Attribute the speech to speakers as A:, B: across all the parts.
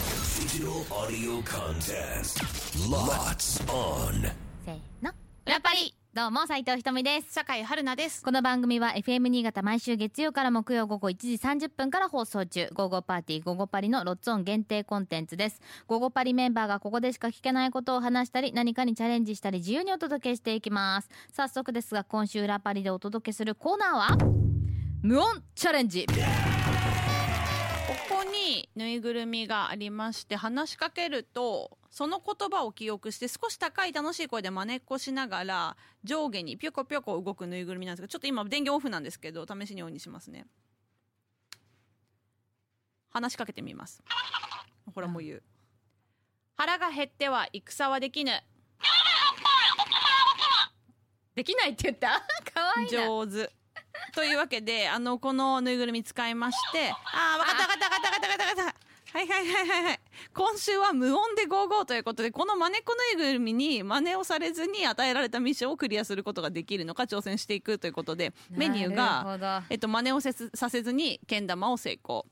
A: Digital audio contest. Lots on.
B: せーの。裏パリどうも、斉藤ひとみです。
C: 酒井春菜です。
B: この番組は FM 新潟毎週月曜から木曜午後1時30分から放送中、午後パーティー午後パリのロッツオン限定コンテンツです。午後パリメンバーがここでしか聞けないことを話したり、何かにチャレンジしたり自由にお届けしていきます。早速ですが、今週裏パリでお届けするコーナーは、無音チャレンジ
C: ここにぬいぐるみがありまして、話しかけると、その言葉を記憶して、少し高い楽しい声で真似っこしながら、上下にぴょこぴょこ動くぬいぐるみなんですけど、ちょっと今電源オフなんですけど、試しにオンにしますね。話しかけてみます。ほらもう言う。腹が減っては戦はできぬ。
B: できないって言った かわいいな。
C: 上手。というわけ で、あの、このぬいぐるみ使いまして、ああ、わかったわかったわかったわかったわかった。はいはいはいはいはい。今週は無音で55ということで、この真似っこぬいぐるみに真似をされずに与えられたミッションをクリアすることができるのか挑戦していくということで、メニュー
B: なるほ
C: が、
B: ど
C: えっと、真似をせずさせずに、けん玉を成功。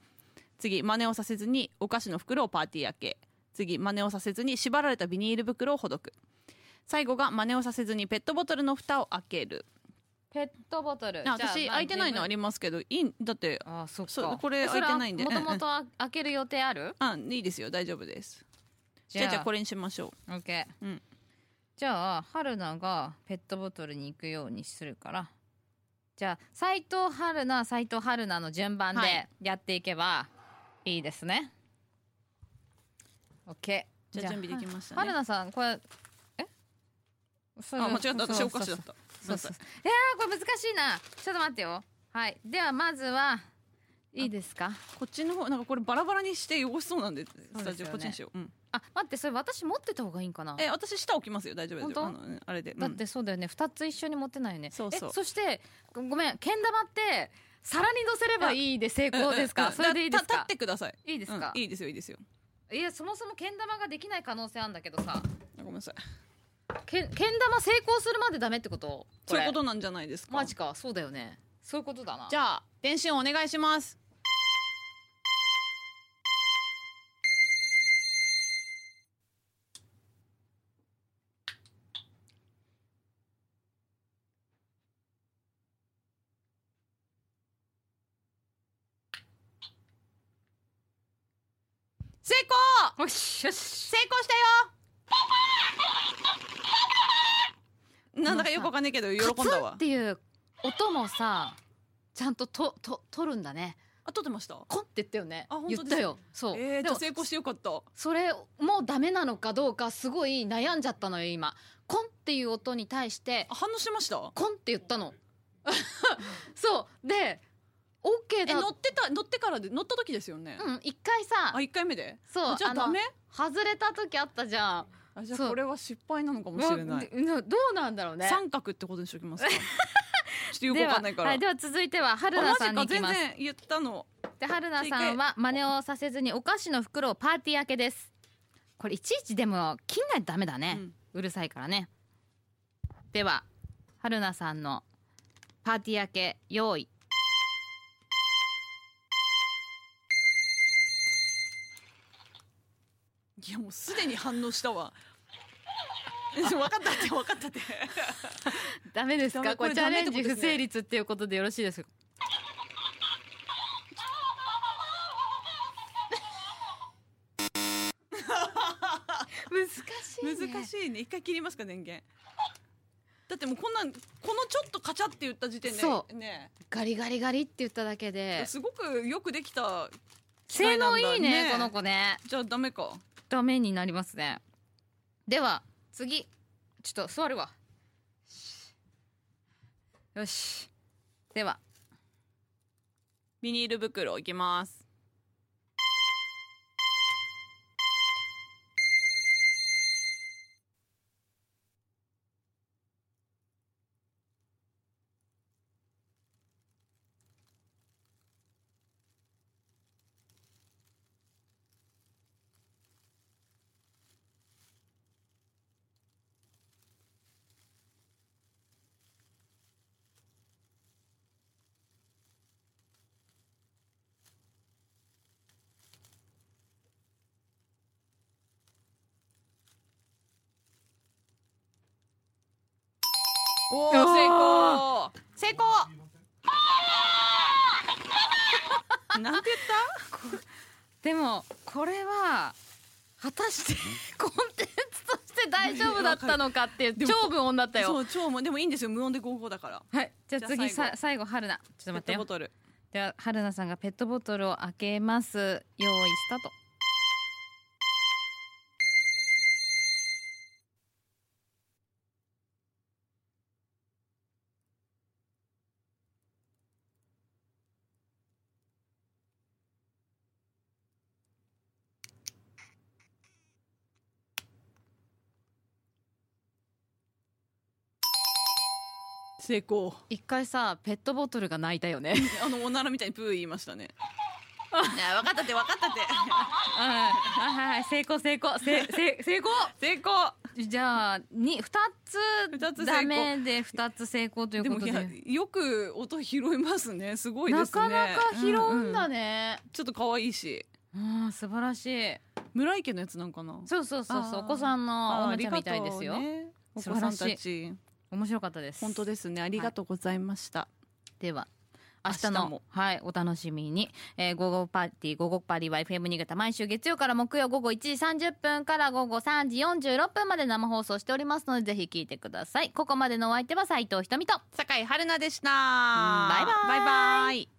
C: 次、真似をさせずに、お菓子の袋をパーティー開け。次、真似をさせずに、縛られたビニール袋をほどく。最後が真似をさせずにペットボトルの蓋を開ける。
B: ペットボトル。
C: あ私
B: じゃあまあ
C: 開いてないのありますけどいいんだって
B: あそっか
C: そうこれ開いてないんで
B: もとも
C: うん
B: と開ける予定ある
C: あいいですよ大丈夫ですじ
B: じゃあ
C: ゃあじゃあこれにしましょ
B: ?OK、
C: うん
B: じゃあ春菜がペットボトルに行くようにするからじゃあ斎藤春菜斎藤春菜の順番
C: は
B: で
C: い
B: やっていけばいいですね OK
C: じゃあ準備できましたね
B: 春菜さんこれえそうれ
C: あ間違った
B: そう
C: 私お菓子だった
B: そうそういやーこれ難しいなちょっと待ってよはいではまずはいいですか
C: こっちの方なんかこれバラバラにして汚しそうなんでスタ
B: です
C: ジ
B: よ
C: オ
B: ね
C: こっちにしよう、うん、
B: あ待ってそれ私持ってた方がいいんかな
C: え私下置きますよ大丈夫ですよあ
B: 本当
C: のあれで、うん
B: だってそうだよね2つ一緒に持ってないよね
C: そうそう
B: えそしてごごめんけん玉って皿にのせればいいで成功です
C: うん
B: か
C: うん
B: それでいいです
C: だ
B: か
C: 立ってください
B: いいですか
C: うんいいですよいいですよ
B: いやそもそもけん玉ができない可能性あるんだけどさ
C: ごめんなさい
B: けんけん玉成功するまでダメってことこ
C: そう
B: れ
C: いうことなんじゃないですか
B: マジかそうだよねそういうことだな
C: じゃあ電信お願いします成功
B: よしよし
C: 成功したよなんだかよくわかんないけど喜
B: カ
C: ん
B: ツ
C: だ
B: ン
C: わ
B: っていう音もさちゃんととと取るんだね
C: あ撮ってました
B: コンって言ったよね
C: あ本当
B: 言
C: です
B: ったよそう、
C: え
B: で
C: ー、じゃ
B: も
C: あ成功してよかった
B: それもうダメなのかどうかすごい悩んじゃったのよ今コンっていう音に対して
C: あ反応しました
B: コンって言ったの そうで OK
C: え
B: だ
C: 乗ってた乗ってからで乗った時ですよね、
B: うん一回さ
C: あ一回目で
B: そう
C: あじゃあダメ
B: 外れた時あったじゃん
C: あじゃ
B: そ
C: あ
B: う
C: これは失敗なのかもしれ
B: うわ
C: ない、
B: でうんどうなんだろうね
C: 三角ってことにしときま すかちょっとよく
B: で
C: わ
B: は
C: かんないから、
B: はい、では続いては春菜さんに
C: あ
B: 行
C: マ
B: き
C: ジか全
B: ます
C: 然言ったの
B: で春菜さんは真似をさせずにお菓子の袋をパーティー開けですこれいちいちでも切んないとダメだね、うるさいからねでは春菜さんのパーティー明け用意
C: いやもうすでに反応したわえ分かったって分かったって
B: ダメです
C: ダメ
B: かこれ
C: これ
B: チャ
C: ダメ
B: レ
C: っ
B: ン
C: て
B: ジ
C: こ
B: 不
C: とですね
B: 成立っていうことでよろしいですか難しい、ね、
C: 難しいね一回切りますか電源だってもうこんなんこのちょっとカチャって言った時点で
B: そ
C: ね
B: ガリガリガリって言っただけです
C: ごくよくできた機
B: 性
C: 械なん
B: 能
C: だ
B: いいね
C: ね
B: この子ね
C: じゃあダメか
B: ダメになりますねでは次ちょっと座るわよしでは
C: ビニール袋いきますおお
B: おー
C: 成功成功なんて
B: でもこれは果たしてコンテンツとして大丈夫だったのかっていう
C: でも
B: 長文音だった
C: 言った
B: よ
C: そう超もでもいいんですよ無音で55だから
B: はいじゃあ次
C: じゃあ
B: さ最後春菜ちょっと待って
C: ペットボ
B: よ
C: トル
B: では春菜さんがペットボトルを開けます用意スタート
C: 成功
B: 一回さペットボトルが泣いたよね
C: あのおならみたいにプー言いましたねいや分かったって分かったって
B: はいはいはい成功成功せせ成功
C: 成功
B: じゃあに二
C: 二つ成
B: つ
C: 功
B: ダメで二つ成功という
C: で
B: こ
C: も
B: と
C: い
B: で
C: やよく音拾いますねすごいで
B: な
C: す
B: か
C: ね
B: なか拾うんだ
C: ね、
B: ね、
C: ちょっと可愛いし
B: ああ素晴らしい
C: 村井家のやつなんかな
B: そうそうそうそう
C: あー
B: お子さんのお
C: あー
B: もちゃみたいですよ、
C: ありがとうねお
B: 素
C: 子
B: 晴
C: さ
B: らしい
C: んたち
B: 面白かったです
C: 本当ですねありがとうございました、
B: では明
C: 明
B: 日
C: 日
B: の
C: も
B: はい、お楽しみに、えー、午後パーティー午後パリは FM 新潟毎週月曜から木曜午後1時30分から午後3時46分まで生放送しておりますのでぜひ聞いてくださいここまでのお相手は斉藤ひとみと
C: 酒井春菜でした
B: バイバイ
C: バイバイ